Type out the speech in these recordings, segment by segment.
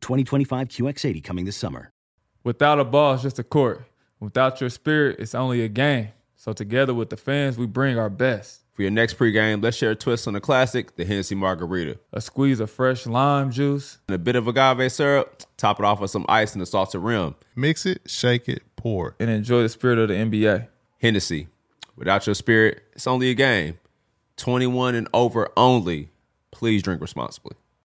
2025 QX80 coming this summer. Without a ball, it's just a court. Without your spirit, it's only a game. So together with the fans, we bring our best. For your next pregame, let's share a twist on the classic, the Hennessy Margarita. A squeeze of fresh lime juice. And a bit of agave syrup, top it off with some ice and a salted rim. Mix it, shake it, pour it. And enjoy the spirit of the NBA. Hennessy, without your spirit, it's only a game. 21 and over only. Please drink responsibly.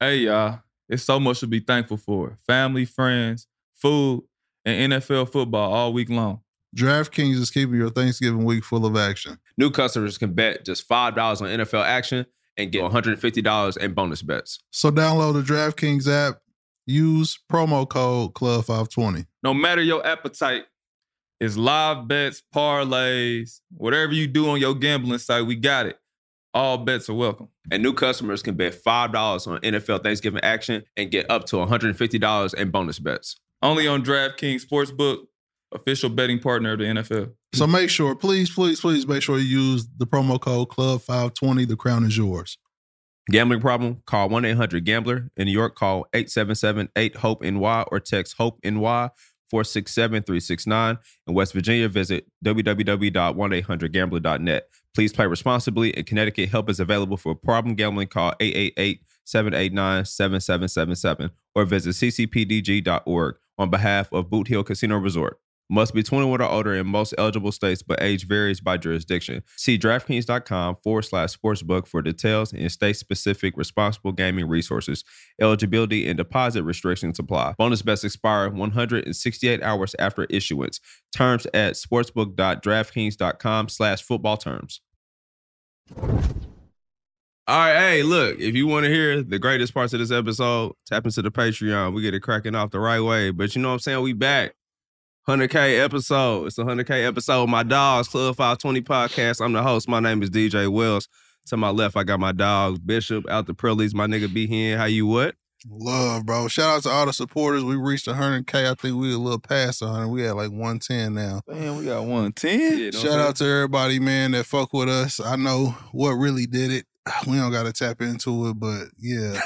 Hey, y'all. It's so much to be thankful for. Family, friends, food, and NFL football all week long. DraftKings is keeping your Thanksgiving week full of action. New customers can bet just $5 on NFL action and get $150 in bonus bets. So download the DraftKings app, use promo code CLUB520. No matter your appetite, it's live bets, parlays, whatever you do on your gambling site, we got it. All bets are welcome. And new customers can bet $5 on NFL Thanksgiving action and get up to $150 in bonus bets. Only on DraftKings Sportsbook, official betting partner of the NFL. So make sure, please, please, please make sure you use the promo code CLUB520. The crown is yours. Gambling problem? Call 1 800 Gambler. In New York, call 877 8 HOPE NY or text HOPE NY 467 369. In West Virginia, visit www.1800gambler.net. Please play responsibly. In Connecticut, help is available for problem gambling. Call 888 789 7777 or visit ccpdg.org on behalf of Boot Hill Casino Resort. Must be 21 or older in most eligible states, but age varies by jurisdiction. See DraftKings.com forward slash sportsbook for details and state specific responsible gaming resources. Eligibility and deposit restrictions apply. Bonus bets expire 168 hours after issuance. Terms at sportsbook.draftkings.com slash football terms. All right, hey, look, if you want to hear the greatest parts of this episode, tap into the Patreon. We get it cracking off the right way. But you know what I'm saying? We back. 100K episode. It's a 100K episode. My dogs, Club 520 podcast. I'm the host. My name is DJ Wells. To my left, I got my dog, Bishop, out the Prillies. My nigga be here. How you what? Love, bro. Shout out to all the supporters. We reached 100K. I think we a little past 100. We at like 110 now. Man, we got 110. Shout out to everybody, man, that fuck with us. I know what really did it. We don't got to tap into it, but yeah.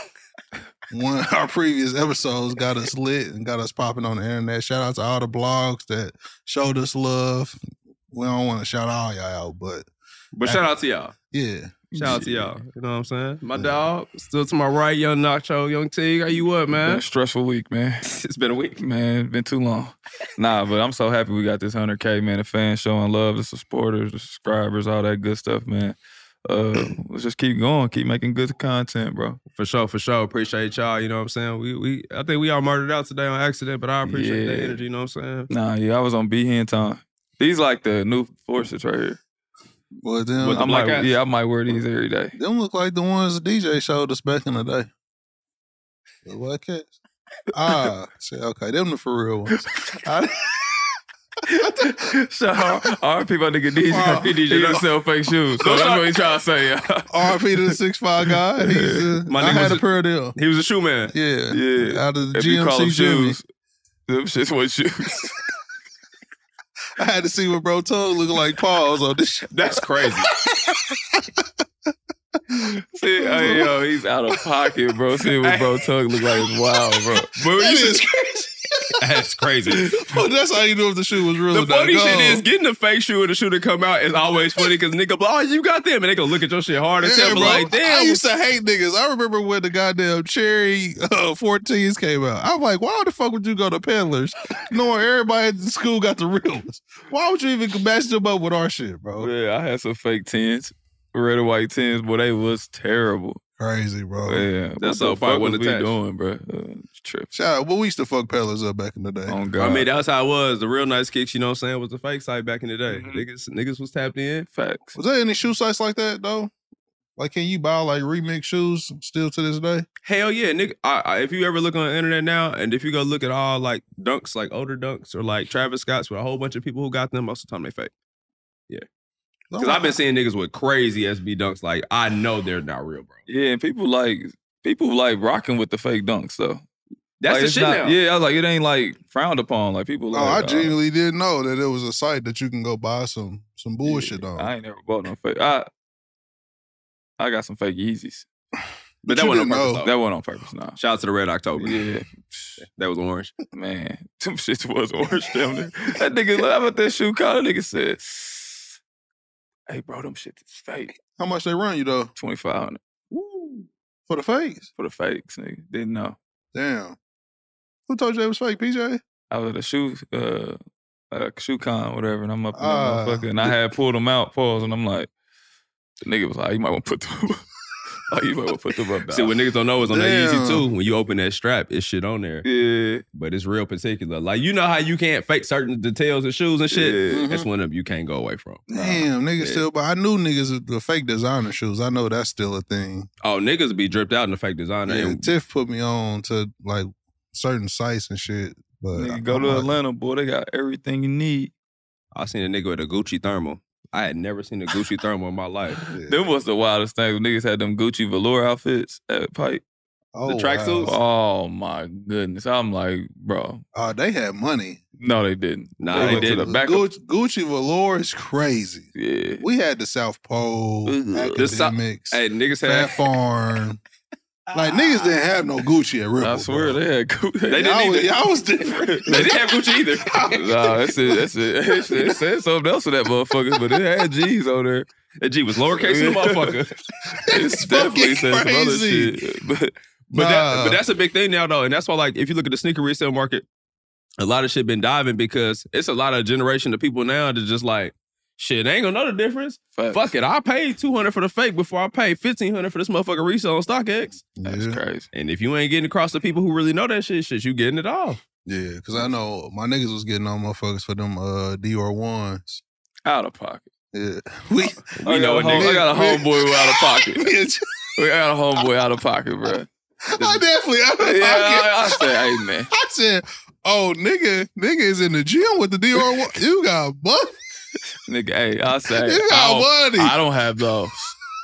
One our previous episodes got us lit and got us popping on the internet. Shout out to all the blogs that showed us love. We don't want to shout all y'all out, but But shout out to y'all. yeah. Shout out to y'all. You know what I'm saying? My dog, still to my right, young Nacho, young T. How you what, Been man? a stressful week, man. It's been a week. Man, it's been too long. Nah, but I'm so happy we got this 100K, man. The fans showing love, the supporters, the subscribers, all that good stuff, man. Uh, let's just keep going, keep making good content, bro. For sure, for sure. Appreciate y'all. You know what I'm saying? We we I think we all murdered out today on accident, but I appreciate Yeah. the energy, you know what I'm saying? Nah, yeah, I was on B hand time. These like the new forces right here. Well them, With the I'm like, black hats? yeah, I might wear these every day. them look like the ones the DJ showed us back in the day. The black cats. Ah, shit, okay. Them the for real ones. I, so RP my nigga DJ, Wow. he don't sell fake shoes. So that's what he trying to say. Yeah. RP to the six five guy. He's uh, My I nigga had was a a- pair of them. He was a shoe man. Yeah. Yeah. Out of the If you call them GMC Jimmy. shoes, them shits was shoes. I had to see what bro Tug looking like paws on this shit. That's crazy. See, hey, yo, he's out of pocket, bro. See what bro Tug look like is wild, bro. But That you is should, crazy. That's crazy. But that's how you knew if the shoe was real The or not. funny shit Go. is getting a fake shoe and the shoe to come out is always funny because nigga, be like, oh, you got them, and they gonna look at your shit hard and Yeah, tell me bro. like, I damn, used to hate niggas. I remember when the goddamn cherry uh, 14s came out. I'm like, why the fuck would you go to peddlers knowing everybody in school got the real ones? Why would you even match them up with our shit, bro? Yeah, I had some fake tens, red and white tens, but they was terrible. Crazy, bro. yeah, That's what all the probably fuck was wasn't we attached. doing, bro? Uh, trip. Shout out. Well, we used to fuck peddlers up back in the day. On God. I mean, that's how it was. The real nice kicks, you know what I'm saying, was the fake site back in the day. Mhm. Niggas, niggas was tapped in. facts. Was there any shoe sites like that though? Like, can you buy like remix shoes still to this day? Hell yeah, nigga. I, I, if you ever look on the internet now, and if you go look at all like dunks, like older dunks, or like Travis Scott's with a whole bunch of people who got them, most of the time they fake. Oh, Because I've been seeing niggas with crazy SB dunks. Like I know they're not real, bro. Yeah, and people like people like rocking with the fake dunks though. That's Like, the it's shit not- now. Yeah, I was like, it ain't like frowned upon. Like people. Oh, I like, uh, genuinely didn't know that it was a site that you can go buy some some bullshit on. I ain't never bought no fake. I I got some fake Yeezys. but But that you wasn't on didn't purpose. know. Though. That wasn't on purpose. Nah. Shout out to the Red October. Yeah, That was orange. man, them shits was orange down there. That nigga, how about that shoe collar? Nigga said, "Hey, bro, them shit is fake. How much they run you though Twenty five hundred for the fakes? for the fakes, nigga. Didn't know. Damn. Who told you they was fake, PJ? I was at a shoe, uh, at a shoe con, whatever, and I'm up in that Ah. motherfucker, and I had pulled them out, pause, and I'm like, the nigga was like, you might want to put them, like, you might want to put them up. See, what niggas don't know is on that Damn. Yeezy too. When you open that strap, it's shit on there, Yeah, but it's real particular. Like you know how you can't fake certain details and shoes and shit. Yeah. Mm-hmm. That's one of them you can't go away from. Damn, niggas yeah. still. But I knew niggas with the fake designer shoes. I know that's still a thing. Oh, niggas be dripped out in the fake designer. Yeah, and Tiff put me on to like certain sites and shit. But I- nigga, go I'm to like, Atlanta, boy. They got everything you need. I seen a nigga with a Gucci thermal. I had never seen a Gucci thermal in my life. yeah. Them was the wildest thing. when Niggas had them Gucci velour outfits at Pipe. Oh, tracksuits? wow. Oh my goodness, I'm like, bro, Oh, they had money. no, they didn't. Nah, they went to didn't. The back of, Gucci, Gucci velour is crazy. yeah, We had the South Pole, Ugh. The Sou- academics, Hey, niggas Fat had Farm. like niggas didn't have no Gucci at Ripple. I swear bro. they had. Gu- They didn't Y'all was, either. y'all was different. They didn't have Gucci either. nah, that's it. That's it. That's it. It said something else for that motherfucker, but it had G's on there. That G was lowercase in the motherfucker. It's It definitely fucking said some other crazy. shit. But But, that, Nah. but that's a big thing now, though, and that's why, like, if you look at the sneaker resale market, a lot of shit been diving because it's a lot of generation of people now that just like, shit, they ain't gonna know the difference. fuck, Uh, Fuck it, I paid two hundred for the fake before I paid fifteen hundred for this motherfucker resale on StockX. that's Yeah. crazy. And if you ain't getting across the people who really know that shit, shit, you getting it off. Yeah, because I know my niggas was getting on motherfuckers for them uh Dior ones. Out of pocket. Yeah, we We I know know a Oh, a home, nigga. I got a homeboy who out of pocket. Bitch, We got a homeboy out of pocket, bro. I definitely out of Yeah, pocket. I, I said, hey man, I said, "Oh, nigga, nigga is in the gym with the Dior. One. You got money. nigga, hey, I said, You I, got don't, money." I don't have those.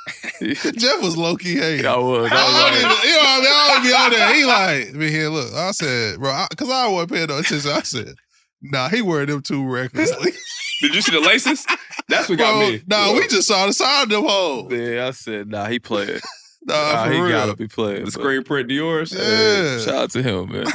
Jeff was low key hating. I was, I I was don't like, even, you know what I mean? I don't be on there. He like, man, here, look. I said, bro, because I, wasn't paying no attention. I said, nah, he wearing them too recklessly. Did you see the laces? That's what got bro, me. nah, we just saw the side of them hoes. yeah, I said, nah, he playing. Nah, Nah, for he real. gotta be playing. the but- screen print Dior's. Yeah. Shout out to him, man.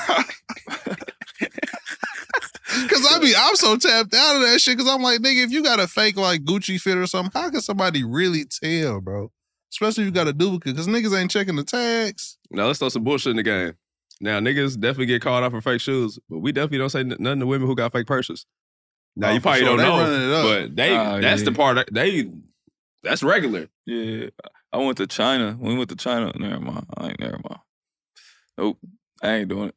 Cause I be, I'm so tapped out of that shit. Cause I'm like, nigga, if you got a fake like Gucci fit or something, how can somebody really tell, bro? Especially if you got a duplicate, cause niggas ain't checking the tags. Now let's throw some bullshit in the game. Now niggas definitely get called out for fake shoes, but we definitely don't say n- nothing to women who got fake purses. Now Oh, you for probably sure. don't They running it know, up. but they Oh, that's yeah. the part that- they that's regular. Yeah, I went to China. When we went to China, never mind. I ain't never mind. Nope, I ain't doing it.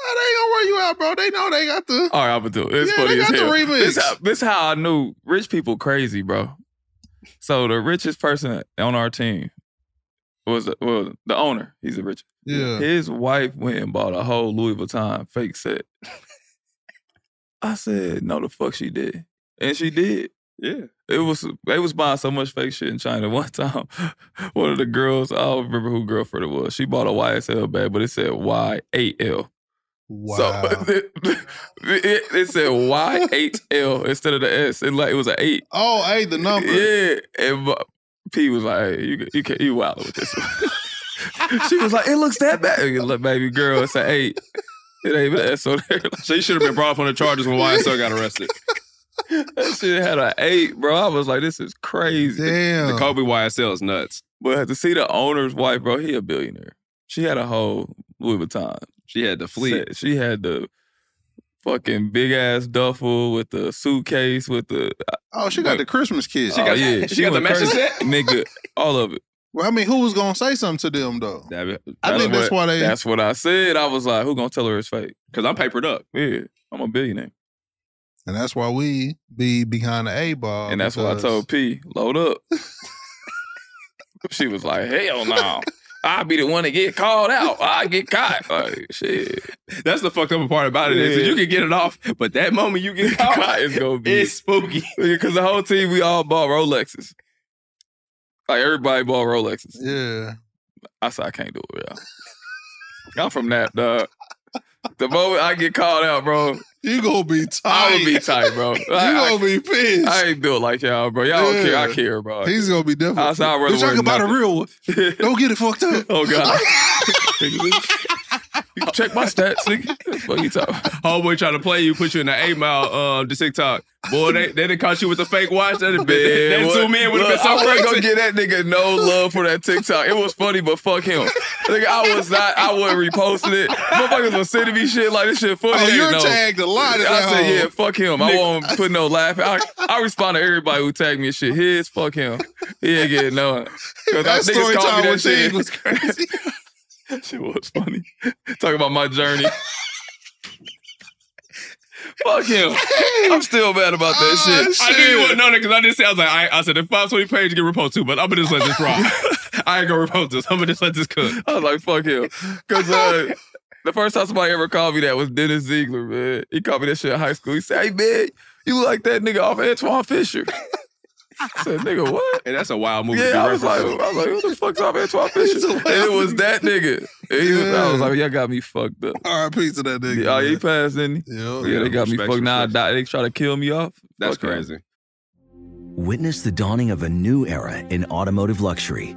Nah, they ain't gonna wear you out, bro. They know they got the. Oh, All right, I'm gonna do it. It's Yeah, funny they got as the hell. remix. This how, this how I knew rich people crazy, bro. So the richest person on our team was the, well the owner. He's the richest. Yeah. His wife went and bought a whole Louis Vuitton fake set. I said, no, the fuck she did, and she did. Yeah. It was they was buying so much fake shit in China. One time, one of the girls, I don't remember who girlfriend it was. She bought a YSL bag, but it said Y eight L. Wow. So it, it, it said Y eight L instead of the S. And like it was an eight. oh, hey, the number. Yeah. And my- P was like, hey, you you can't you wild with this one. she was like, it looks that bad. And look, baby girl, it's an eight. It ain't that. So they're So you should have been brought up on the charges when YSL got arrested. like, that shit had an eight, bro. I was like, this is crazy. Damn. The Kobe YSL is nuts. But to see the owner's wife, bro, he a billionaire. She had a whole Louis Vuitton. She had to flee. set. She had the fucking big ass duffel with the suitcase with the oh, she got the Christmas kids. Oh, got- yeah. she got the went matching crazy. set? nigga. All of it. Well, I mean, who was gonna say something to them though? I That's think that's what- why they. That's what I said. I was like, who gonna tell her it's fake? Because I'm papered up. Yeah, I'm a billionaire, and that's why we be behind the A ball. and that's why I Oh, because- told P load up. she was like, hell no. I'll be the one to get called out. I get caught. Like, shit. That's the fucked up part about it is that Yeah. you can get it off, but that moment you get Caught caught, is gonna be it's spooky. Because the whole team, we all bought Rolexes. Like everybody bought Rolexes. Yeah. I said I can't do it, y'all. I'm from that, dog. The moment I get called out, bro, You gonna be tight. I would be tight, bro. Like, You I, gonna be pissed. I ain't do it like y'all, bro. Y'all don't care. I Yeah. care, bro. He's gonna be different. I said I'd rather Bitch, I wear can buy the nothing. real one. Don't get it fucked up. oh god. You can check my stats, nigga. What you talking? about? Homeboy trying to play you, put you in the eight mile uh, to TikTok. Boy, they, they done caught you with a fake watch. That'd have Man, been, them what- two men would have been look, so I wasn't crazy. gonna get that nigga no love for that TikTok. It was funny, but fuck him. Nigga, I was not. I wasn't reposting it. Motherfuckers was sending me shit like this shit funny. Oh, They you're know. tagged a lot. in I that said, hole. yeah, fuck him. I won't put no laugh. I, I respond to everybody who tagged me and shit. His, fuck him. He ain't getting none. Because I That story niggas called time me with that shit. Teague was crazy. shit was funny. Talking about my journey. fuck him. I'm still mad about that Oh, shit. I knew you wouldn't know that because I didn't say, I was like, I, I said, if 520 page, get repost too, but I'm going to just let this rock. I ain't going to repost this. I'm going to just let this cook. I was like, fuck him. Because uh, the first time somebody ever called me that was Dennis Ziegler, man. He called me that shit in high school. He said, hey, man, you look like that nigga off Antoine Fisher. I said, nigga, what? And that's a wild movie. to be Yeah, I was like, I referencing. was like, who the fuck's off Antoine Fisher? a And it was that nigga. And he was, I was Yeah. like, y'all got me fucked up. R.I.P. to that nigga. Yeah, oh, he man. passed, didn't Yeah. he? Oh, Yeah, they got me Respect, fucked. Now I respect. die. They try to kill me off. that's Fuck him. crazy. Witness the dawning of a new era in automotive luxury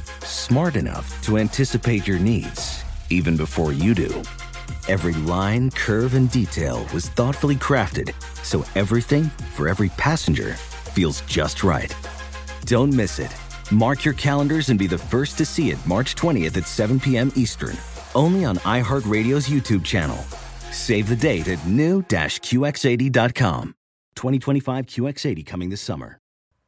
Smart enough to anticipate your needs, even before you do. Every line, curve, and detail was thoughtfully crafted so everything for every passenger feels just right. Don't miss it. Mark your calendars and be the first to see it March 20th at 7 p.m. Eastern, only on iHeartRadio's YouTube channel. Save the date at new-QX80.com. 2025 QX80 coming this summer.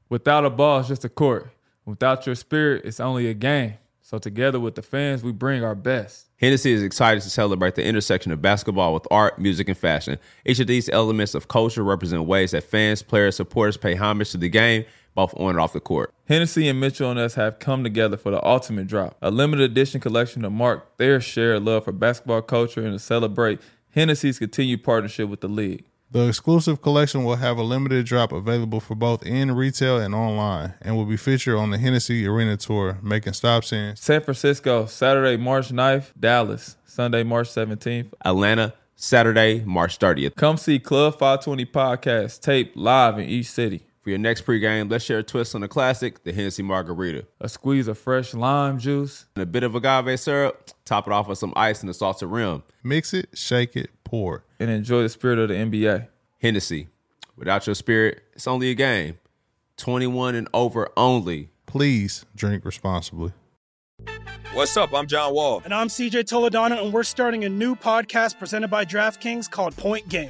Without a ball, it's just a court. Without your spirit, it's only a game. So together with the fans, we bring our best. Hennessy is excited to celebrate the intersection of basketball with art, music, and fashion. Each of these elements of culture represent ways that fans, players, supporters pay homage to the game, both on and off the court. Hennessy and Mitchell and us have come together for the ultimate drop, a limited edition collection to mark their shared love for basketball culture and to celebrate Hennessy's continued partnership with the league. The exclusive collection will have a limited drop available for both in retail and online and will be featured on the Hennessy Arena Tour, making stops in San Francisco, Saturday, March 9th, Dallas, Sunday, March 17th. Atlanta, Saturday, March 30th. Come see Club 520 Podcast taped live in each city. For your next pregame, let's share a twist on the classic, the Hennessy Margarita. A squeeze of fresh lime juice. And a bit of agave syrup, top it off with some ice and a salted rim. Mix It, Shake It, Pour. and enjoy the spirit of the NBA. Hennessy, without your spirit, it's only a game. 21 and over only. Please drink responsibly. What's up? I'm John Wall. And I'm CJ Toledano, and we're starting a new podcast presented by DraftKings called Point Game.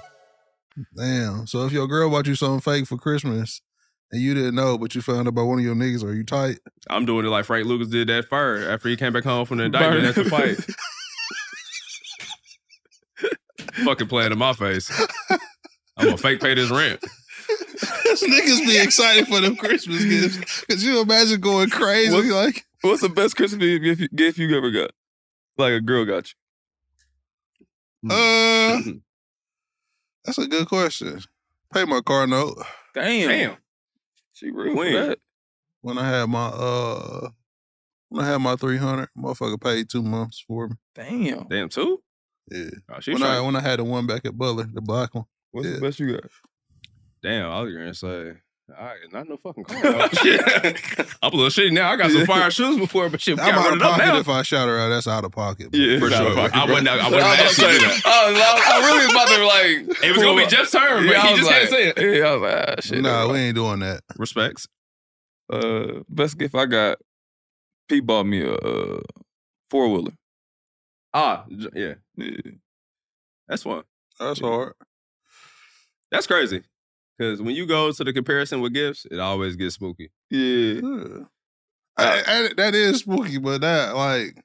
Damn. So if your girl bought you something fake for Christmas and you didn't know, but you found out by one of your niggas, are you tight? I'm doing it like Frank Lucas did that fire after he came back home from the indictment. That's the fight. Fucking playing in my face. I'm gonna fake pay this rent. niggas be excited for them Christmas gifts. Cause you imagine going crazy What- like What's the best Christmas gift you, gift you ever got? Like a girl got you. uh That's a good question. Pay my car note. Damn. Damn. She real When? bad. When I had my uh when I had my three hundred, motherfucker paid two months for me. Damn. Damn, two? Yeah. Oh, she When I trying- when I had the one back at Butler, the black one. What's Yeah. the best you got? Damn, I was gonna say, all right, not no fucking car. I'm a little shitty now. I got some fire shoes before, but shit, we I'm gotta out run of it up pocket now. if I shout her out. That's out of pocket. Yeah, for It's out sure. of pocket, I bro. wouldn't. I I wouldn't was ask you about to to do say, that. I, was, I was really was about to be like, It was gonna be Jeff's turn, but Yeah, I he was just like- can't say it. Yeah, I was like, ah, shit. Nah, we ain't doing that. Respects. Uh, best gift I got. Pete bought me a uh, four wheeler. Ah, j- yeah, Yeah. that's one. That's hard. That's crazy. Because when you go to the comparison with gifts, it always gets spooky. Yeah. Yeah. I, I- that is spooky, but that like,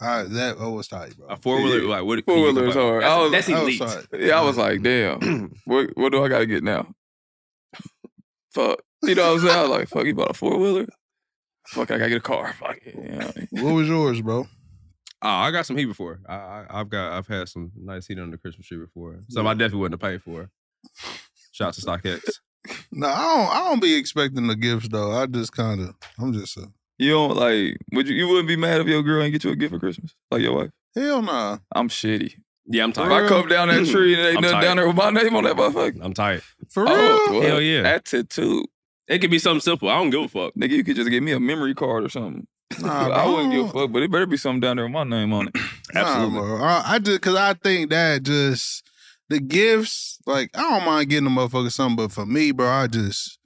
I that I was tight, bro. A four wheeler, Yeah. like what? Four wheelers hard. I was, That's, that's I was elite. sorry. yeah, I was like, damn, what what do I gotta get now? fuck. You know what I'm saying? I was like, fuck, you bought a four wheeler? Fuck, I gotta get a car. Fuck it. You know what I mean? What was yours, bro? Oh, I got some heat before. I, I, I've got, I've had some nice heat under the Christmas tree before. Some I definitely wouldn't have paid for. Shout out to StockX. No, I don't. I don't be expecting the gifts though. I just kind of. I'm just a You don't like would you you wouldn't be mad if your girl ain't get you a gift for Christmas? Like your wife? hell nah. I'm shitty. Yeah, I'm If tired. I come down that tree and ain't I'm nothing tired. down there with my name on that motherfucker. I'm tired. For real? Oh, Hell yeah. Attitude. It could be something simple. I don't give a fuck. Nigga, you could just give me a memory card or something. Nah, bro, I wouldn't give a don't- fuck, but it better be something down there with my name on it. Nah, bro. I, I just because I think that just the gifts. Like I don't mind getting a motherfucker something, but for me, bro, I just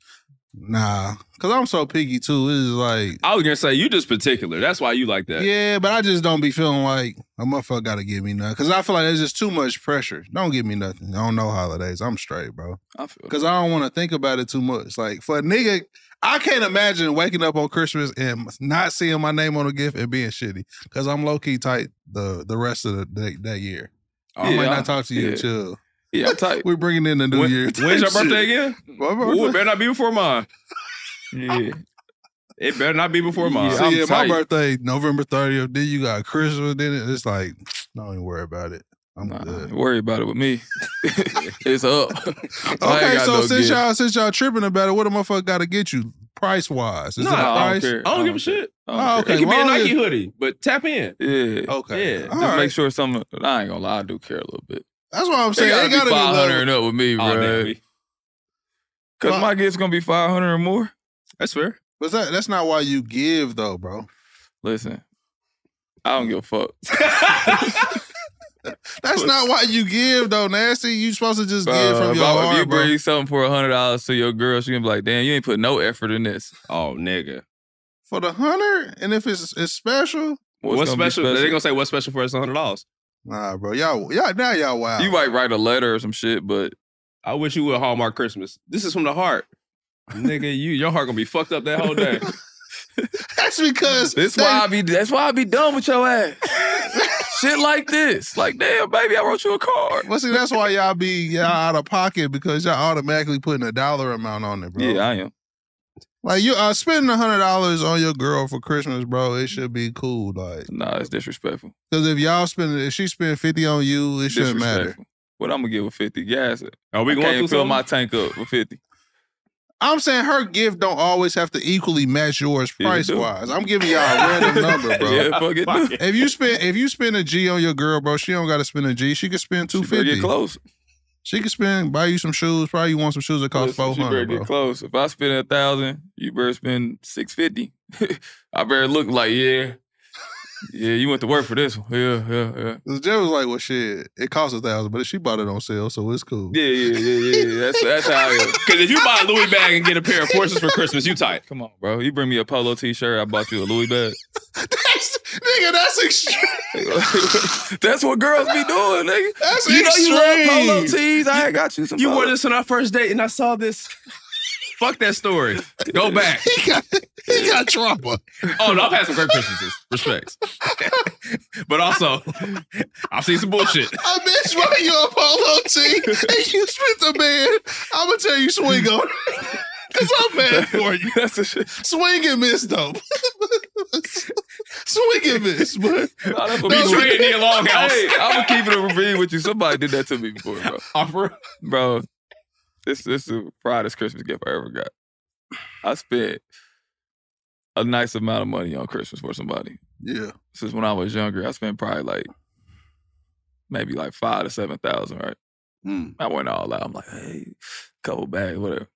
nah. Cause I'm so picky too. It's like I was gonna say you just particular. That's why you like that. Yeah, but I just don't be feeling like a motherfucker gotta give me nothing. Cause I feel like there's just too much pressure. Don't give me nothing. I don't know holidays. I'm straight, bro. I feel Cause I don't wanna think about it too much. Like for a nigga, I can't imagine waking up on Christmas and not seeing my name on a gift and being shitty. Cause I'm low key tight the the rest of the day, that year. I Yeah, might I- not talk to you yeah. until Yeah, I'm tight. we're bringing in the new When- year. when's your type birthday shit. again? My Ooh, it birthday. better not be before mine. Yeah. It better not be before Yeah, mine. So I'm yeah, tight. my birthday November 30th. Then you got Christmas. Then it- it's like, don't even worry about it. I'm Nah, good. worry about it with me. it's up. I ain't Okay, got so no since gift. y'all since y'all tripping about it, what a motherfucker got to get you price wise? Is Nah, it a I don't price? care. I don't give care. a shit. I don't Oh, It okay. could be a well, Nike yeah. hoodie, but tap in. care. Yeah. Okay, Yeah. All Just right. make sure some. I ain't gonna lie, I do care a little bit. That's what I'm It saying. gotta, It gotta be be five hundred low. and up with me, All day, bro. baby. Cause Well- my gift's gonna be five hundred or more. That's fair. But that, that's not why you give though, bro. Listen, I don't give a fuck. That's not why you give though, nasty. You supposed to just give Uh, from if your I- if heart, you bro. bring something for hundred dollars to your girl, she gonna be like, "Damn, you ain't put no effort in this." Oh, nigga, For the hunter, and if it's it's special, What's, special? They're gonna say what's special for us? Hundred dollars. Nah, bro. Y'all, y'all, now y'all wild. You might write a letter or some shit, but I wish you would Hallmark Christmas. This is from the heart, nigga. You your heart gonna be fucked up that whole day. That's because that's why I be. That's why I be done with your ass. shit like this, like damn, baby, I wrote you a card. But see, that's why y'all be y'all out of pocket because y'all automatically putting a dollar amount on it, bro. Yeah, I am. Like you uh, spending a hundred dollars on your girl for Christmas, bro. It should be cool, like. Nah, it's disrespectful. Because if y'all spend, if she spend fifty on you, it shouldn't matter. Disrespectful. What I'm gonna give a fifty gas? Are we I going can't fill through something? my tank up with fifty? I'm saying her gift don't always have to equally match yours Yeah, it price do. wise. I'm giving y'all a random number, bro. Yeah, fuck it, do. If you spend if you spend a G on your girl, bro, she don't got to spend a G. She can spend two better fifty. get close. She can spend buy you some shoes. Probably you want some shoes that cost Listen, four she better hundred, bro. get close. If I spend a thousand, you better spend six fifty. I better look like yeah, yeah. You went to work for this one. Yeah, yeah, yeah. 'Cause Jeff was like, "Well, shit, it costs a thousand, but she bought it on sale, so it's cool." Yeah, yeah, yeah, yeah. yeah. That's that's how I am. Because if you buy a Louis bag and get a pair of forces for Christmas, you tight. Come on, bro. You bring me a polo t-shirt, I bought you a Louis bag. That's, nigga, that's extreme. that's what girls be doing, nigga. That's you know you love polo extreme. tees. I ain't got you some. You wore polo- this on our first date, and I saw this. Fuck that story. Go back. He got he got trauma. Oh no, I've had some great Christmases. Respects. but also, I've seen some bullshit. I bitch buy you a polo tee and you spent a man. I'm gonna tell you swing on. Cause I'm mad for you. That's the shit. Swing and miss though. swing and miss, but Nah, that's what we No, do. Trey D. Longhouse. Hey, I'm gonna keep it a bean with you. Somebody did that to me before, bro. Offer. bro. This this is the proudest Christmas gift I ever got. I spent a nice amount of money on Christmas for somebody yeah. since when I was younger. I spent probably like maybe like five to seven thousand, right? I went all out. I'm like, hey, couple bags, whatever.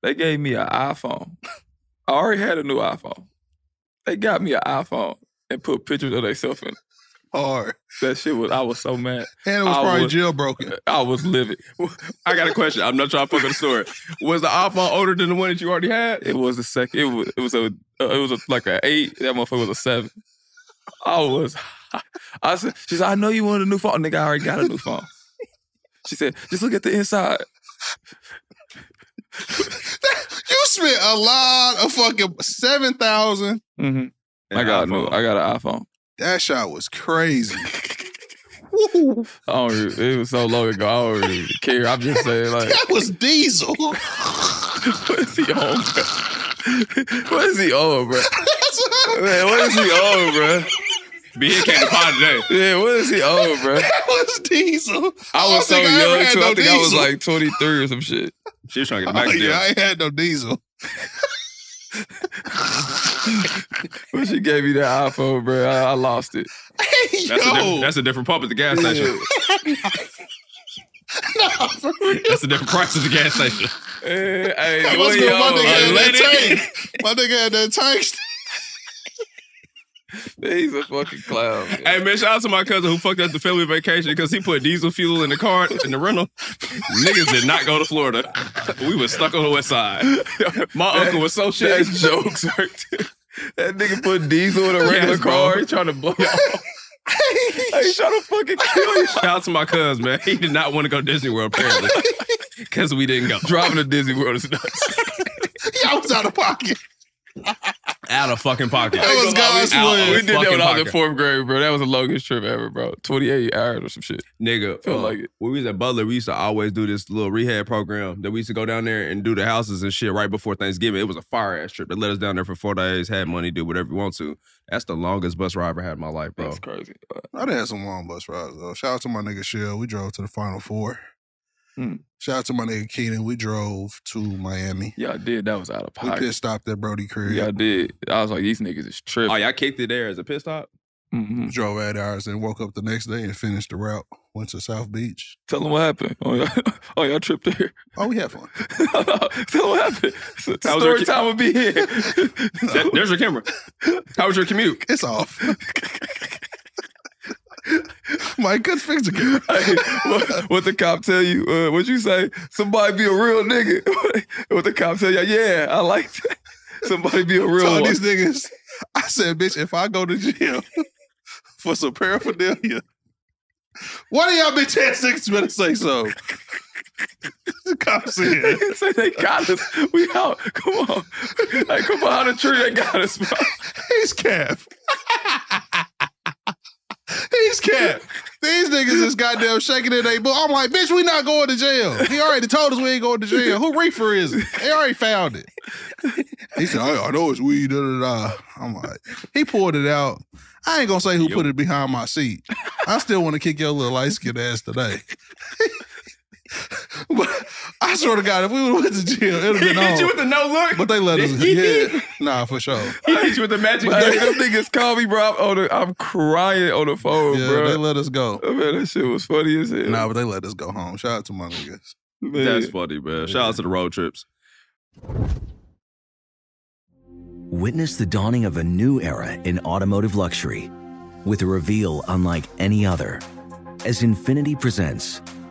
They gave me an iPhone. I already had a new iPhone. They got me an iPhone and put pictures of themselves in. it. Hard. That shit was I was so mad. And it was I probably was- jailbroken. I was livid. I got a question. I'm not trying to fuck up the story. Was the iPhone older than the one that you already had? It was a second. It was it was a uh, it was a, like an eight. That motherfucker was a seven. I was. I said, she said, I know you want a new phone, nigga. I already got a new phone. She said, just look at the inside. You spent a lot of fucking seven thousand. Mm-hmm. I got a new. I got an iPhone. That shot was crazy. I don't, really- it was so long ago. I don't really care. I'm just saying, like, That was diesel. what is he on, bro? What is he on, bro? Man, what is he on, bro? Be here came to pod today. Yeah, what is he on, bro? that was diesel. I was so don't think I ever young had too. no I think I was diesel. like 23 or some shit. She was trying to get a Oh, max deal. yeah, I ain't had no diesel. When she gave me that iPhone, bro, I, I lost it. Hey, That's, a yo. different, that's a different pump at the gas station. Nah, for real. That's a different price at the gas station. Hey, hey, That what must be y'all my nigga had like? that tank. My nigga had that tank. He's a fucking clown. man. Hey man, shout out to my cousin who fucked up the family vacation because he put diesel fuel in the car in the rental. Niggas did not go to Florida. We was stuck on the west side. My uncle was so That shit. jokes hurt. That nigga put diesel in a regular Yes, bro. car. He trying to blow y'all. Hey, trying to fucking kill you. Shout out to my cousin, man. He did not want to go to Disney World apparently because we didn't go. Driving to Disney World is nuts. Y'all was out of pocket. Out of fucking pocket. That was God's Out of plan. we did that when I was in fucking pocket. fourth grade, bro. That was the longest trip ever, bro. 28 hours or some shit. Nigga, Feel uh, like it. when we was at Butler, we used to always do this little rehab program that we used to go down there and do the houses and shit right before Thanksgiving. It was a fire ass trip. They let us down there for four days, had money, do whatever you want to. That's the longest bus ride I ever had in my life, bro. That's crazy. Uh, I done had some long bus rides though. Shout out to my nigga Shell. We drove to the Final Four. Hmm. Shout out to my nigga Keenan. We drove to Miami. Y'all did. That was out of We pocket. pissed stopped at Brody Crib. Y'all did. I was like, these niggas is tripping. Oh, y'all kicked it there as a pit stop? Mhm. Drove eight hours and woke up the next day and finished the route. Went to South Beach. Tell them what happened. Oh, y'all, oh, y'all trip there. Oh, we had fun. Tell them what happened. That was Story your- time would be here. That- there's your camera. How was your commute? It's off. Mike, good fix again. what, what the cop tell you? Uh, what you say? Somebody be a real nigga. what the cop tell you? Yeah, I like that. Somebody be a real Told one. these niggas, I said, bitch, if I go to jail for some paraphernalia, one of y'all bitch ass niggas better say so. the cops in. They say they got us. We out. Come on. Hey, come behind the tree. They got us, bro. He's cap. He's cap. These niggas is goddamn shaking their they. But I'm like, bitch, we not going to jail. He already told us we ain't going to jail. Who reefer is it? They already found it. He said, "Oh, I, I know it's weed. Da, da, da. I'm like, he pulled it out. I ain't gonna say who put it behind my seat. I still want to kick your little light skinned ass today. but I swear to God, if we would have went to jail, it would have He been hit on. you with the no look? But they let us. Did he? Yeah, nah, for sure. He hit you with the magic. But they- Hey, them niggas call me, bro. I'm, on the, I'm crying on the phone, Yeah, bro. Oh, they let us go. man, that shit was funny as hell. Nah, but they let us go home. Shout out to my niggas. That's funny, man. Shout out to the road trips. Witness the dawning of a new era in automotive luxury with a reveal unlike any other as Infinity presents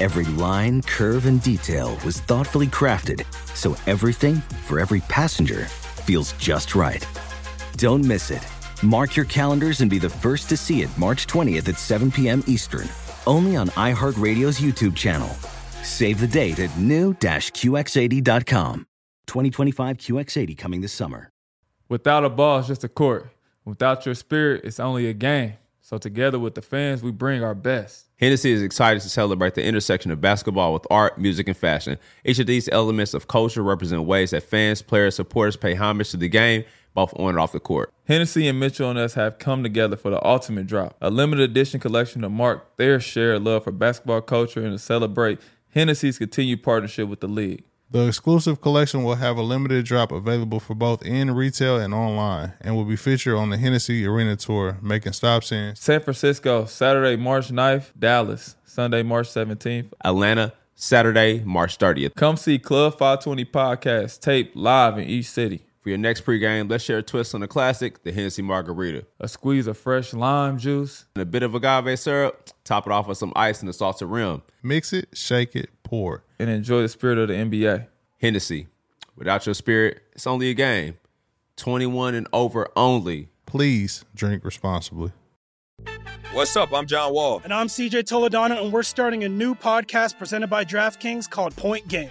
Every line, curve, and detail was thoughtfully crafted so everything for every passenger feels just right. Don't miss it. Mark your calendars and be the first to see it March 20th at 7 p.m. Eastern, only on iHeartRadio's YouTube channel. Save the date at new-QX80.com. 2025 QX80 coming this summer. Without a ball, it's just a court. Without your spirit, it's only a game. So together with the fans, we bring our best. Hennessy is excited to celebrate the intersection of basketball with art, music, and fashion. Each of these elements of culture represent ways that fans, players, supporters pay homage to the game, both on and off the court. Hennessy and Mitchell and us have come together for the ultimate drop, a limited edition collection to mark their shared love for basketball culture and to celebrate Hennessy's continued partnership with the league. The exclusive collection will have a limited drop available for both in retail and online and will be featured on the Hennessy Arena Tour, making stops in San Francisco, Saturday, March 9th, Dallas, Sunday, March 17th, Atlanta, Saturday, March 30th. Come see Club 520 Podcast tape live in each city. For your next pregame, let's share a twist on the classic, the Hennessy Margarita. A squeeze of fresh lime juice. And a bit of agave syrup. Top it off with some ice and a salsa rim. Mix it, shake it, pour. And enjoy the spirit of the NBA. Hennessy. Without your spirit, it's only a game. 21 and over only. Please drink responsibly. What's up? I'm John Wall. And I'm CJ Toledano, and we're starting a new podcast presented by DraftKings called Point Game.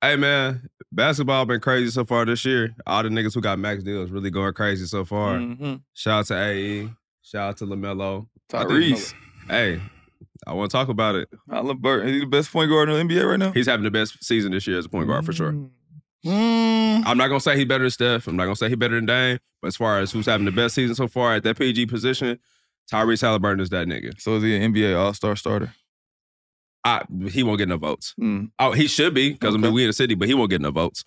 Hey man, basketball been crazy so far this year. All the niggas who got max deals really going crazy so far. Mm. Mhm. Shout out to AE. Shout out to Lamelo. I think- Tyrese. Hey, I want to talk about it. Halliburton, is he the best point guard in the NBA right now? He's having the best season this year as a point guard for sure. Mm. Mm. I'm not gonna say he better than Steph. I'm not gonna say he better than Dame. But as far as who's having the best season so far at that PG position, Tyrese Halliburton is that nigga. So is he an NBA All Star starter? I, he won't get no votes. Mm. Oh, he should be because I mean we in the city, but he won't get no votes.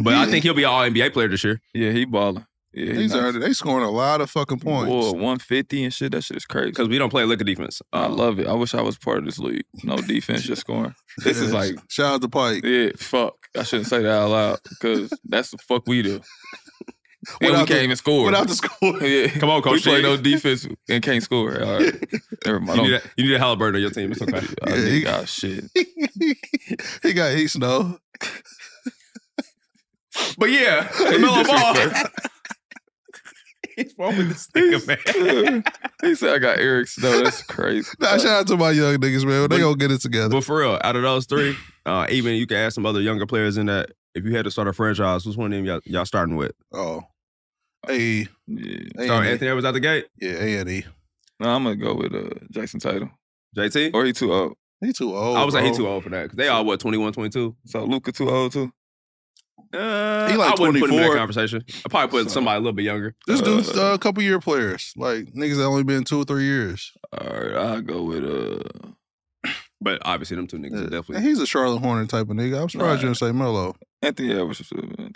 But I think he'll be an All NBA player this year. Yeah, he balling. Yeah, These nice. are they scoring a lot of fucking points. Boy, 150 and shit. That shit is crazy. Because we don't play liquor defense. I love it. I wish I was part of this league. No defense, just scoring. This is Yeah, like shout out to Pike. Yeah, fuck. I shouldn't say that out loud because that's the fuck we do. And we Without can't the- even score. without the score. Yeah. Come on, We Coach play T. no defense and can't score. All right. Never mind. You need Don't- a- you need a Halliburton on your team. It's okay. Uh, I think, ah, shit. he got heat snow. But yeah, He LaMelo Ball. disrespect. What's wrong with this nigga, man? He said I got Eric Snow. That's crazy. Nah, shout out to my young niggas, man. They But- gonna get it together. But for real, out of those three, uh, even you can ask some other younger players in that. If you had to start a franchise, which one of them y'all, y'all starting with? Oh, hey, Yeah. Starting Anthony Edwards out the gate. Yeah, A and E. No, I'm gonna go with uh, Jason Tatum. JT or he too old. He too old. I was like, he bro. too old for that because they all what 21, 22? So Luca too old too. Uh, He like I wouldn't put him in that 24. conversation. I probably put somebody a little bit younger. This dude's uh, a couple year players. Like niggas that only been two or three years. All right, I'll go with uh. But obviously, them two niggas are And definitely. he's a Charlotte Hornet type of nigga. I'm surprised you didn't say Melo. Anthony Edwards. uh, Anthony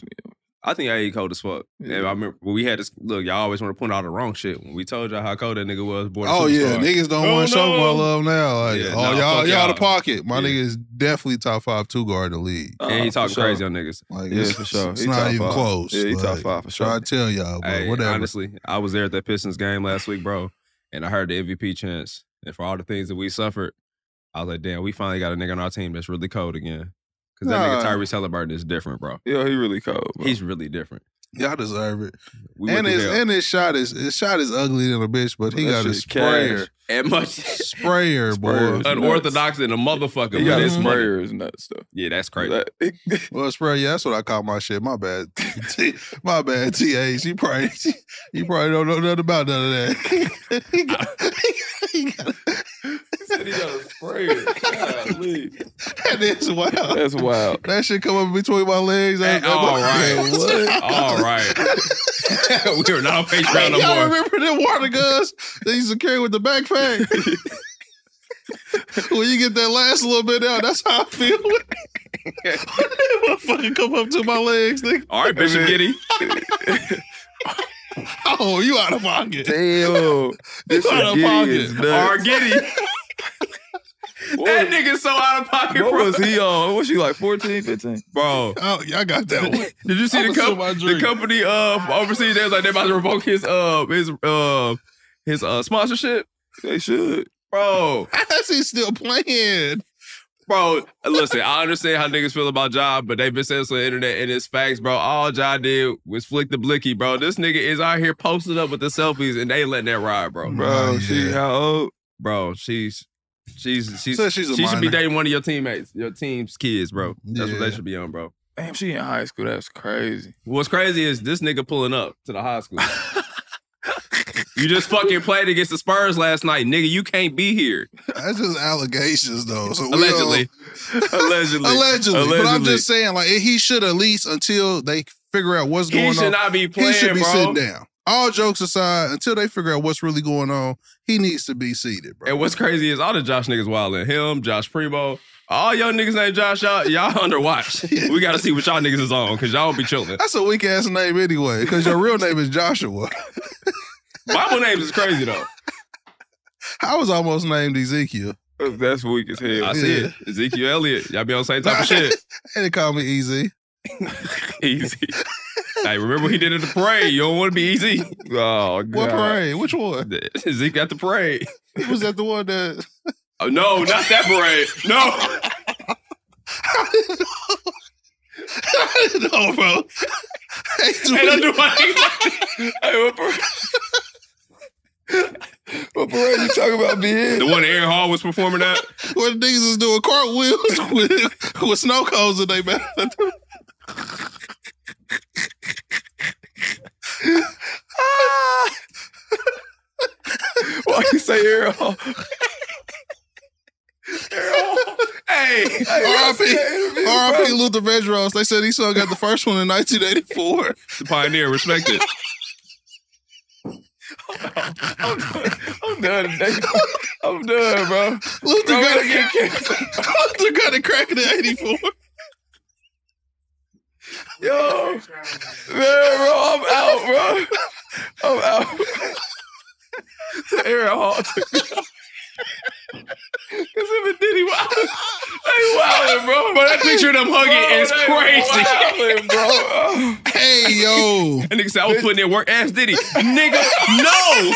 I think I ain't cold as fuck. Yeah. I remember when we had this. Look, y'all always want to point out the wrong shit. When we told y'all how cold that nigga was, born a Oh superstar. yeah, niggas don't want to show my love now. Like, Yeah, oh nah, y'all, fuck y'all out of y'all. pocket. My Yeah. nigga is definitely top five two guard in the league. And he Uh, talking for sure. crazy on niggas. Like Yeah, it's, for sure. it's He not top even five. close. Yeah, he like, top five for Try sure. to tell y'all, but Hey, whatever. honestly, I was there at that Pistons game last week, bro, and I heard the MVP chance. And for all the things that we suffered, I was like, damn, we finally got a nigga on our team that's really cold again. Because that nigga Nah. Tyrese Halliburton is different, bro. Yeah, he really cold. Bro. He's really different. Y'all deserve it. We and went through his hell. and his shot is his shot is ugly than a bitch, but he That got a shit sprayer. cash. and much Sprayer, boy. Sprayers. unorthodox and a motherfucker. He but got it's his funny. sprayers and that stuff. Yeah, that's crazy. That- Well, sprayer, yeah, that's what I call my shit. My bad. T- my bad, TA. She probably you probably don't know nothing about none of that. he got, he got, he got a sprayer. Golly. that is wild. That's wild. That shit come up between my legs. I- Hey, all right. What? All right. we are not on face ground y'all no more. remember the water guns they used to carry with the backpack? when you get that last little bit out, that's how I feel. when that motherfucker come up to my legs, nigga. All right, Bishop Giddy. Oh, you out of pocket. Damn. This You out of Giddy pocket. is R. nuts. Giddy. that nigga's so out of pocket, What bro. was he on? What was she like 14, 15? bro. Oh, y'all got that one. Did you see I'ma the, sip com- my the drink. company uh from overseas? They was like they about to revoke his uh his uh his uh sponsorship, They should. bro. How's he still playing? Bro, listen, I understand how niggas feel about job, but they've been saying this on the internet and it's facts, bro. All Ja did was flick the blicky, bro. This nigga is out here posted up with the selfies and they letting that ride, bro. Bro, Oh, she yeah. how old? Bro, she's she's she's, Says she's a she should be minor. dating one of your teammates, your team's kids, bro. That's what they Yeah. should be on, bro. Damn, she in high school. That's crazy. What's crazy is this nigga pulling up to the high school. you just fucking played against the Spurs last night, nigga. You can't be here. That's just allegations, though. So we don't- Allegedly. Allegedly. allegedly, But I'm Allegedly. just saying, like, he should at least until they figure out what's He going should on. not be playing, he should be bro. sitting down. All jokes aside, until they figure out what's really going on, he needs to be seated, bro. And what's crazy is all the Josh niggas wildin'. Him, Josh Primo, all y'all niggas named Josh, y'all, y'all under watch. We gotta see what y'all niggas is on, cause y'all don't be chilling. That's a weak ass name anyway, because your real name is Joshua. Bible names is crazy though. I was almost named Ezekiel, That's weak as hell. I see it. Ezekiel Elliott. Y'all be on the same type of shit. and they call me Easy. Easy. Hey, remember what he did at the parade. You don't want to be easy. Oh, God. What parade? Which one? Zeke got the parade. Was that the one that? Oh, no, not that parade. No. I didn't know, bro. Hey, dude. Hey, don't do my hey, what parade? What parade you talking about being? The one Aaron Hall was performing at? Where the niggas is doing cartwheels with, with snow cones in their mouth. Why you say Errol? Hey. R.I.P. R.I.P. Luther Vandross. They said he still got the first one in 1984. The pioneer, respected. I'm done. nigga. I'm done, bro. Bro, Luther we got gotta get it. canceled. Luther got it cracking in 84. Yo, man, bro, I'm out, bro. I'm out. to Aaron Hall. Because him and Diddy wild. They wildin', bro. But I picture them hugging Bro, is they crazy. wildin', bro. hey, yo. And nigga said, I was putting in work. Ass Diddy. Nigga, no.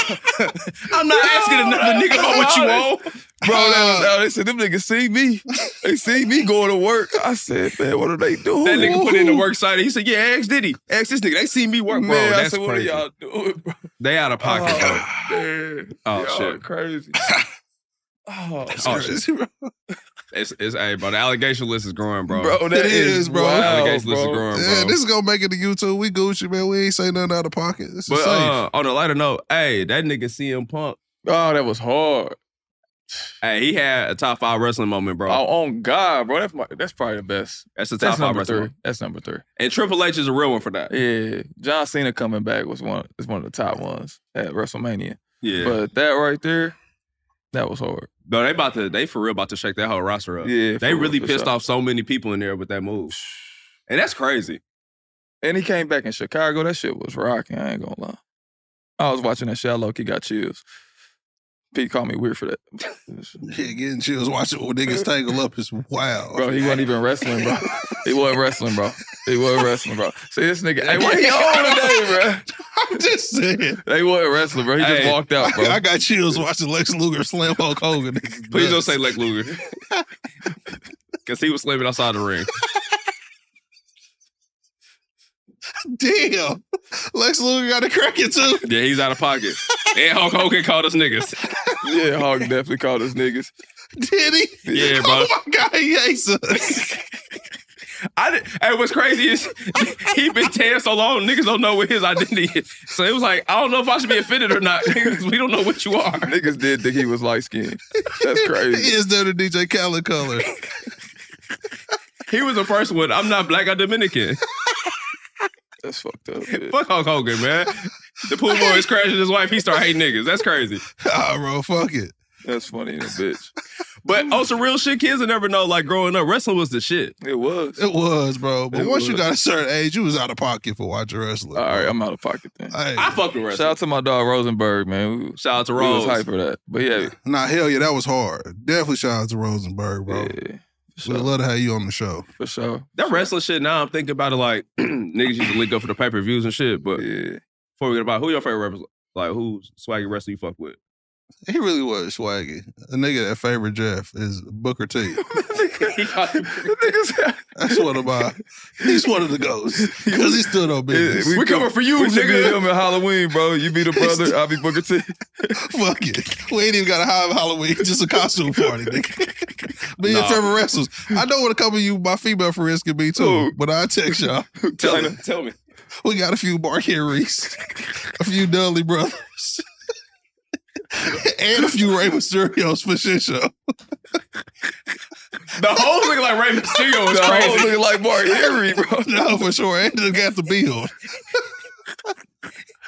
I'm not asking another nigga about what you owe. Bro, that was out. They said, them niggas see me. They see me going to work. I said, man, what are they doing? That nigga put in the work site. He said, yeah, ask Diddy. Ask this nigga. They see me work, bro. Man, I That's said, what crazy. are y'all doing, bro? They out of pocket, bro. Man, Oh, y'all shit. crazy. Oh, Oh, shit. It's, it's, hey, bro, the allegation list is growing, bro. Bro, that It is, is bro. wild, allegation list is bro. growing, bro. Yeah, this is gonna make it to YouTube. We Gucci, man. We ain't say nothing out of pocket. This is but safe. uh, on a lighter note, hey, that nigga CM Punk. Oh, that was hard. Hey, he had a top five wrestling moment, bro. Oh, on God, bro. That's my, that's probably the best. That's the top That's five number wrestling. three. moment. That's number three. And Triple H is a real one for that. Yeah, John Cena coming back was one is one of the top ones at WrestleMania. Yeah. But that right there, that was hard. Bro, they about to they for real about to shake that whole roster up. Yeah, for they real, really for pissed sure. off so many people in there with that move, and that's crazy. And he came back in Chicago. That shit was rocking. I ain't gonna lie. I was watching that shit. I low-key got chills. Pete called me weird for that. yeah, getting chills watching when niggas tangle up is wild. Bro, he wasn't even wrestling, bro. He wasn't wrestling, bro. He wasn't wrestling, bro. See this nigga. Hey, what he on today, I'm just saying. bro? They wasn't wrestling, bro. He just Hey. walked out, bro. I got chills watching Lex Luger slam Hulk Hogan. Please don't say Lex Luger, because he was slamming outside the ring. Damn, Lex Luger got a crack it too. Yeah, he's out of pocket. and Hulk Hogan called us niggas. yeah, Hog definitely called us niggas. Did he? Yeah, bro. Oh my God, Jesus. I did, hey, what's crazy is he been tan so long, niggas don't know what his identity is. So it was like, I don't know if I should be offended or not. 'cause we don't know what you are. Niggas did think he was light skinned. That's He crazy. is down to DJ Khaled color. He was the first one. I'm not black. I'm Dominican. That's fucked up. man. Fuck Hulk Hogan, man. The pool boy is crashing his wife. He start hating niggas. That's crazy. Ah, bro, fuck it. That's funny in a bitch. But also, Oh, real shit, kids will never know. Like growing up, wrestling was the shit. It was. It was, bro. But It once you was. got a certain age, you was out of pocket for watching wrestling. All right, I'm out of pocket then. Hey, I fucked with Shout wrestling. out to my dog Rosenberg, man. We, we Shout out to was Rose. hype for that. But yeah, nah, hell yeah, that was hard. Definitely shout out to Rosenberg, bro. yeah for, We sure, love to have you on the show. for sure. That wrestling shit. Now I'm thinking about it. Like niggas used to link up for the pay per views and shit. But Yeah. before we get about who your favorite wrestler, like who's swaggy wrestler you fuck with? He really was swaggy. A nigga that favored Jeff is Booker T. niggas, That's one of my. He's one of the ghosts because he stood on business. we coming for you, we should be him at Halloween, bro. You be the brother, I'll be Booker T. Fuck it. We ain't even got a high Halloween. Just a costume party, nigga. Me Nah. and Trevor wrestles. I know what a couple of you, my female friends, can be too. Ooh. But I text y'all. Tell me. Tell me. We got a few Mark Henrys, a few Dudley brothers, and a few Ray Mysterios for shit show. The whole thing like Ray Mysterio is The whole crazy. nigga like Mark Henry, bro. No, for sure. And just got the build.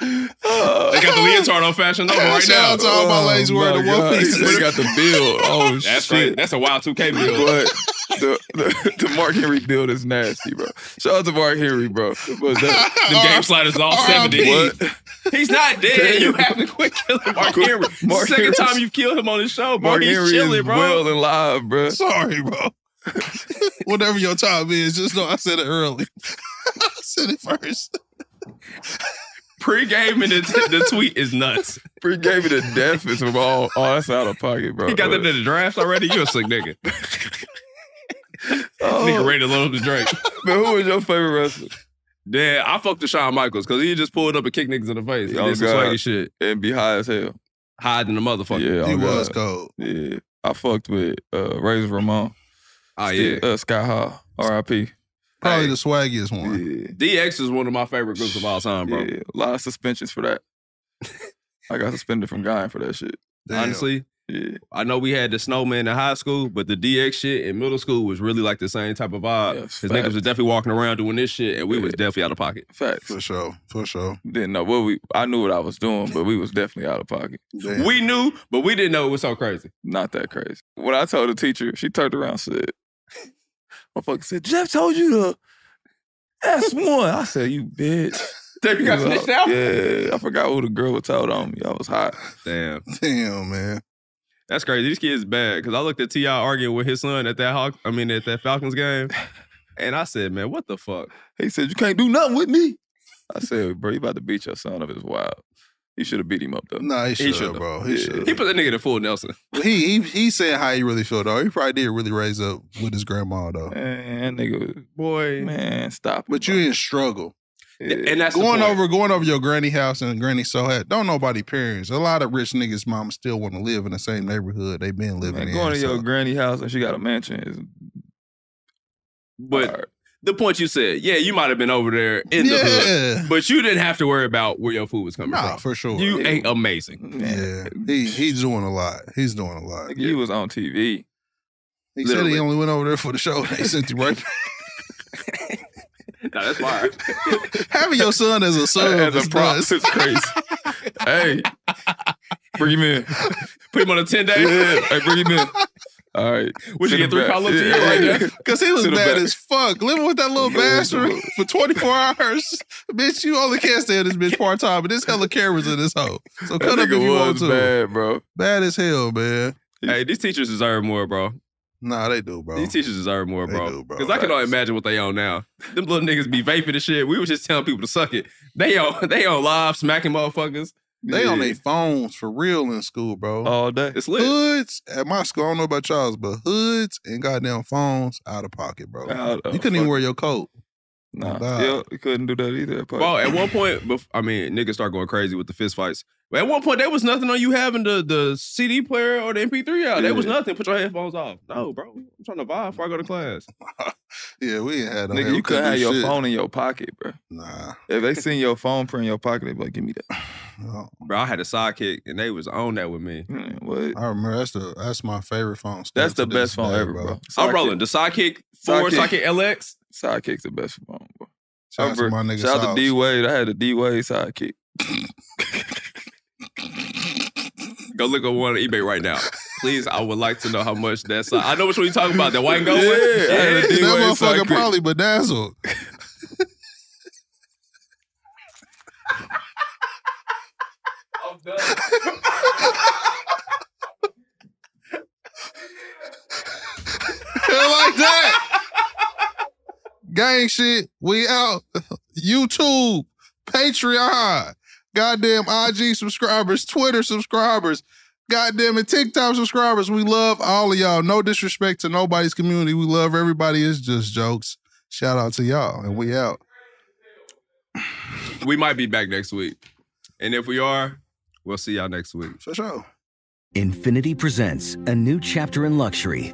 They got the leotard on fashion over right Oh, Shout now. out to all my ladies wearing the Oh My one God, pieces. They got the bill. Oh That's crazy. shit. That's a wild 2K video. But the, the the Mark Henry build is nasty, bro. Shout out to Mark Henry, bro. But that, The game slide is all R.I.P.. 70. What? He's not dead. You have to quit killing Mark Henry. It's the Mark second Henry's- time you've killed him on his show, bro. Mark he's Henry chilling, is bro. well and live, bro. Sorry, bro. Whatever your time is, just know I said it early. I said it first. Pre-game and the, the tweet is nuts. Free gave it a death is from all. Oh, that's out of pocket, bro. He got that in But- the draft already. You a sick nigga. Nigga ready to load the Drake. Man, who was your favorite wrestler? Yeah, I fucked with Shawn Michaels because he just pulled up and kicked niggas in the face. Oh, and did some God. swaggy shit. And be high as hell. Hiding the motherfucker. Yeah, he oh, was God. cold. Yeah, I fucked with uh, Razor Ramon. Oh, yeah. uh, Sky High. R.I.P. Probably Hey. the swaggiest one. Yeah, DX is one of my favorite groups of all time, bro. yeah, a lot of suspensions for that. I got suspended from Guy for that shit. Damn. Honestly, Yeah, I know we had the snowman in high school, but the DX shit in middle school was really like the same type of vibe. Yeah, Because facts. niggas was definitely walking around doing this shit, and we was Yeah. definitely out of pocket. facts. For sure. For sure. Didn't know what we. I knew what I was doing, but we was definitely out of pocket. Damn. We knew, but we didn't know it was so crazy. Not that crazy. When I told the teacher, she turned around and said, "My fucking said Jeff told you to That's one. I said, you bitch. Damn, you got He was snitched out? Yeah, I forgot who the girl was told on me. I was hot. Damn. Damn, man. That's crazy. This kid's bad because I looked at Ti arguing with his son at that Hawk. I mean, at that Falcons game, and I said, "Man, what the fuck?" He said, you can't do nothing with me. I said, bro, you about to beat your son up. It's wild. You should have beat him up, though. Nah, he shoulda, bro. He shoulda. He put that nigga to full Nelson. He he he said how he really felt though. He probably did really raise up with his grandma though. Man, nigga, boy, man, stop. But you didn't struggle. And that's the going point. over going over your granny house and granny so had don't nobody parents. A lot of rich niggas' moms still want to live in the same neighborhood they been living Man, in. going to so- your granny house and she got a mansion is But the point you said, yeah, you might have been over there in the Yeah. hood, but you didn't have to worry about where your food was coming Nah, from. for sure. You ate amazing. Yeah, he he's doing a lot. He's doing a lot. He was on TV. He said Literally. he only went over there for the show. They sent him right. back. Nah, that's why. Having your son as a son As a is prop nuts. is crazy. hey, bring him in. Put him on a ten day. Yeah, hey, bring him in. All right, Would Send you get him three back. call ups a Yeah, year right there? Cause he was To the bad back. as fuck. Living with that little bastard for 24 hours. bitch, you only can't stay in this bitch part time, but there's hella cameras in this hoe. So That cut up if nigga you want was to. bad, bro. Bad as hell, man. Hey, these teachers deserve more, bro. Nah, they do, bro. These teachers deserve more, bro. bro. Because I can only imagine what they on now. Them little niggas be vaping and shit. We was just telling people to suck it. They on they on live smacking motherfuckers. They on their phones for real in school, bro. All day. It's lit. Hoods at my school, I don't know about y'all's, but hoods and goddamn phones out of pocket, bro. Out of you couldn't even wear your coat. Nah, Nah. yeah, he couldn't do that either. Bro, at one point, bef- I mean, niggas start going crazy with the fist fights. But at one point, there was nothing on you having the, the CD player or the MP3 out. There was Yeah. nothing. Put your headphones off. No, Oh, bro. I'm trying to vibe before I go to class. Yeah, we ain't had no Nigga, we you couldn't do have your shit. phone in your pocket, bro. Nah. If they seen your phone print in your pocket, they be like, give me that. No. Bro, I had a sidekick and they was on that with me. Mm, What? I remember that's the that's my favorite phone. still That's the to this best phone day, ever, bro. I'm rolling the sidekick four, Sidekick. sidekick, LX. Sidekick's the best phone, bro. Shout out to Remember- my nigga Shout out Sauce. to D Wade. I had a D Wade sidekick. Go look at one on eBay right now. Please, I would like to know how much that's. I know which one you talking about. That white and gold Yeah, one? I had a That D-Wade motherfucker sidekick. probably bedazzled. like that. Gang shit, we out. YouTube, Patreon, goddamn IG subscribers, Twitter subscribers, goddamn it, TikTok subscribers. We love all of y'all. No disrespect to nobody's community. We love everybody. It's just jokes. Shout out to y'all, and we out. We might be back next week. And if we are, we'll see y'all next week. For sure. Infinity presents a new chapter in luxury,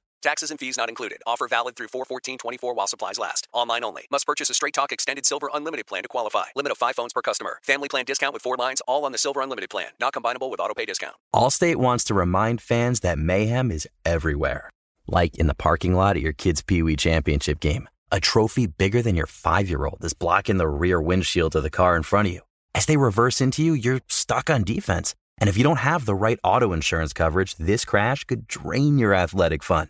Taxes and fees not included. Offer valid through 41424 while supplies last. Online only. Must purchase a Straight Talk Extended Silver Unlimited plan to qualify. Limit of five phones per customer. Family plan discount with four lines, all on the Silver Unlimited plan. Not combinable with auto pay discount. Allstate wants to remind fans that mayhem is everywhere, like in the parking lot at your kid's Pee Wee Championship game. A trophy bigger than your five year old is blocking the rear windshield of the car in front of you. As they reverse into you, you're stuck on defense. And if you don't have the right auto insurance coverage, this crash could drain your athletic fund.